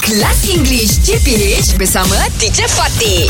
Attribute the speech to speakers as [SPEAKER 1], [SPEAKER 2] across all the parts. [SPEAKER 1] Kelas English CPH bersama Teacher Fatih.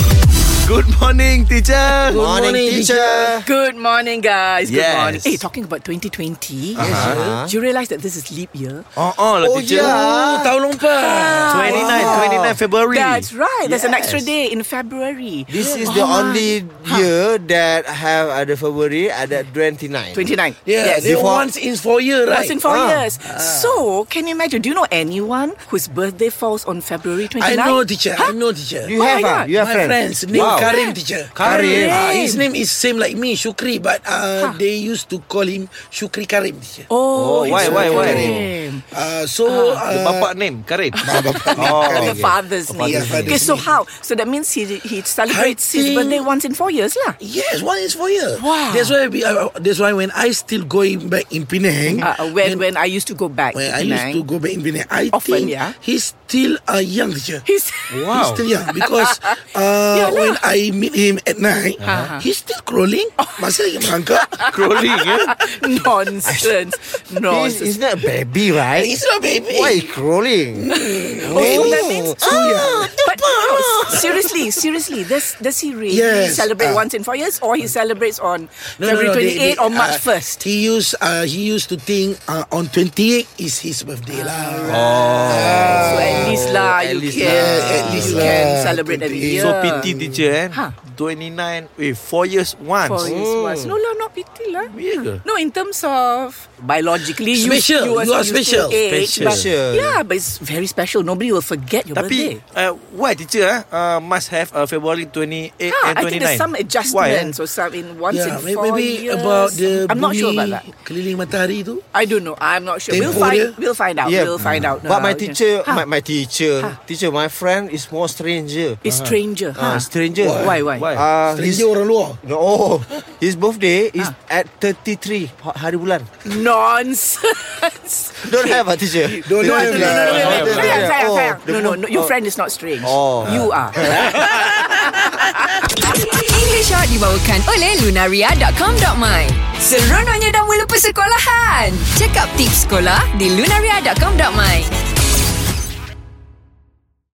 [SPEAKER 2] Good morning, teacher.
[SPEAKER 3] Good morning, teacher.
[SPEAKER 4] Good morning, guys. Good
[SPEAKER 2] Yes.
[SPEAKER 4] morning. Hey, Eh, talking about 2020, do you realize that this is leap year?
[SPEAKER 2] Oh, oh, Ah. lah,
[SPEAKER 3] Uh-huh. Oh,
[SPEAKER 2] teacher.
[SPEAKER 3] yeah.
[SPEAKER 2] tahun lompat. 29, 29 February.
[SPEAKER 4] That's right. There's an extra
[SPEAKER 2] Yes.
[SPEAKER 4] day in February. Uh-huh.
[SPEAKER 3] This is the only year that have ada February ada 29.
[SPEAKER 4] 29.
[SPEAKER 2] Yeah,
[SPEAKER 4] Yes.
[SPEAKER 2] they
[SPEAKER 3] Before-
[SPEAKER 2] once in four year, right?
[SPEAKER 4] Once in four
[SPEAKER 3] Ah.
[SPEAKER 4] years. So, can you imagine? Do you know anyone whose birthday falls on February 29?
[SPEAKER 5] I know teacher. I know teacher.
[SPEAKER 3] You
[SPEAKER 4] Oh
[SPEAKER 3] have
[SPEAKER 4] my
[SPEAKER 3] ah,
[SPEAKER 4] God.
[SPEAKER 3] you have
[SPEAKER 5] My
[SPEAKER 3] friends.
[SPEAKER 5] friends name
[SPEAKER 3] Wow.
[SPEAKER 5] Karim teacher.
[SPEAKER 3] Karim.
[SPEAKER 5] Ah, his name is same like me, Shukri, but uh, they used to call him Shukri Karim teacher.
[SPEAKER 4] Oh,
[SPEAKER 2] why,
[SPEAKER 4] it's
[SPEAKER 2] why, why?
[SPEAKER 4] Karim.
[SPEAKER 5] Uh, so uh,
[SPEAKER 4] Ah.
[SPEAKER 2] The bapak name, Karin.
[SPEAKER 3] Oh,
[SPEAKER 4] The father's name.
[SPEAKER 5] father's name.
[SPEAKER 4] okay, so how? So that means he he celebrates his
[SPEAKER 5] think-
[SPEAKER 4] birthday once in four years, lah.
[SPEAKER 5] Yes, one is four years.
[SPEAKER 4] Wow.
[SPEAKER 5] That's why we, uh, that's why when I still going back in Penang,
[SPEAKER 4] Uh, when when I used to go back,
[SPEAKER 5] when
[SPEAKER 4] to
[SPEAKER 5] I
[SPEAKER 4] Penang.
[SPEAKER 5] used to go back in Penang, I
[SPEAKER 4] Often,
[SPEAKER 5] think
[SPEAKER 4] yeah.
[SPEAKER 5] he's still a young teacher.
[SPEAKER 4] He's
[SPEAKER 5] He's still young because uh,
[SPEAKER 4] Yalah.
[SPEAKER 5] when I meet him at night,
[SPEAKER 4] Uh-huh. Oh.
[SPEAKER 5] he's still crawling. Masih lagi merangkak.
[SPEAKER 2] Crawling, eh?
[SPEAKER 4] nonsense,
[SPEAKER 3] He's, he's
[SPEAKER 4] nonsense.
[SPEAKER 3] not a baby, right?
[SPEAKER 5] He's not a baby.
[SPEAKER 3] Why he crawling?
[SPEAKER 4] Oh, so that means
[SPEAKER 5] yeah.
[SPEAKER 4] But no, s- seriously, seriously, does does he really
[SPEAKER 5] Yes,
[SPEAKER 4] celebrate
[SPEAKER 5] uh,
[SPEAKER 4] once in four years, or he celebrates on February twenty
[SPEAKER 5] they-
[SPEAKER 4] eighth
[SPEAKER 5] they,
[SPEAKER 4] or March
[SPEAKER 5] uh,
[SPEAKER 4] first?
[SPEAKER 5] He used uh, he used to think uh, on 28 is his birthday
[SPEAKER 4] Ah,
[SPEAKER 5] lah.
[SPEAKER 4] so at least lah,
[SPEAKER 3] at
[SPEAKER 4] you
[SPEAKER 3] least
[SPEAKER 4] can
[SPEAKER 3] lah.
[SPEAKER 4] at least you
[SPEAKER 5] At least
[SPEAKER 4] can
[SPEAKER 5] uh, lah,
[SPEAKER 4] celebrate every
[SPEAKER 5] 28.
[SPEAKER 4] year.
[SPEAKER 2] So, PT teacher, eh?
[SPEAKER 4] Huh.
[SPEAKER 2] 29, eh, four years once.
[SPEAKER 4] Four years
[SPEAKER 5] Oh.
[SPEAKER 4] once. No lah, not pity lah.
[SPEAKER 2] Yeah ke?
[SPEAKER 4] No, in terms of biologically, you-
[SPEAKER 5] Special.
[SPEAKER 4] You,
[SPEAKER 5] You are
[SPEAKER 4] used to
[SPEAKER 5] special.
[SPEAKER 2] Special.
[SPEAKER 4] Age, but-
[SPEAKER 3] Special.
[SPEAKER 4] yeah, but it's very special. Nobody will forget your
[SPEAKER 2] Tapi,
[SPEAKER 4] birthday.
[SPEAKER 2] uh, why teacher eh? uh, must have uh, February 28 and 29?
[SPEAKER 4] Ah, I think there's some adjustments
[SPEAKER 2] Why, eh?
[SPEAKER 4] or some in once in
[SPEAKER 5] yeah, may-
[SPEAKER 4] four
[SPEAKER 5] maybe
[SPEAKER 4] years.
[SPEAKER 5] about the
[SPEAKER 4] I'm not
[SPEAKER 5] bumi
[SPEAKER 4] sure about that.
[SPEAKER 5] keliling matahari tu.
[SPEAKER 4] I don't know. I'm not sure. We'll
[SPEAKER 5] Tempo
[SPEAKER 4] find.
[SPEAKER 5] dia.
[SPEAKER 4] We'll find out.
[SPEAKER 3] Yeah.
[SPEAKER 4] We'll find out.
[SPEAKER 3] But my
[SPEAKER 4] now.
[SPEAKER 3] teacher,
[SPEAKER 4] Huh.
[SPEAKER 3] my, my teacher, teacher, my friend is more stranger.
[SPEAKER 4] is stranger.
[SPEAKER 3] Ah,
[SPEAKER 4] huh?
[SPEAKER 3] stranger.
[SPEAKER 4] Why? Why?
[SPEAKER 2] Why?
[SPEAKER 3] Ah, his,
[SPEAKER 5] Stranger orang luar.
[SPEAKER 3] no, his birthday is at 33 ha- hari bulan.
[SPEAKER 4] Nonsense.
[SPEAKER 3] Don't have a teacher.
[SPEAKER 5] Don't
[SPEAKER 4] No, no, no, no,
[SPEAKER 5] have
[SPEAKER 4] no,
[SPEAKER 5] lah.
[SPEAKER 4] no, no, no, sayang, sayang,
[SPEAKER 3] Oh,
[SPEAKER 4] sayang.
[SPEAKER 3] the
[SPEAKER 4] no, no, no. Your
[SPEAKER 3] oh.
[SPEAKER 4] friend is not strange.
[SPEAKER 3] Oh.
[SPEAKER 4] You are.
[SPEAKER 1] English Hot dibawakan oleh Lunaria.com.my Seronoknya dah mula persekolahan. Check up tips sekolah di Lunaria.com.my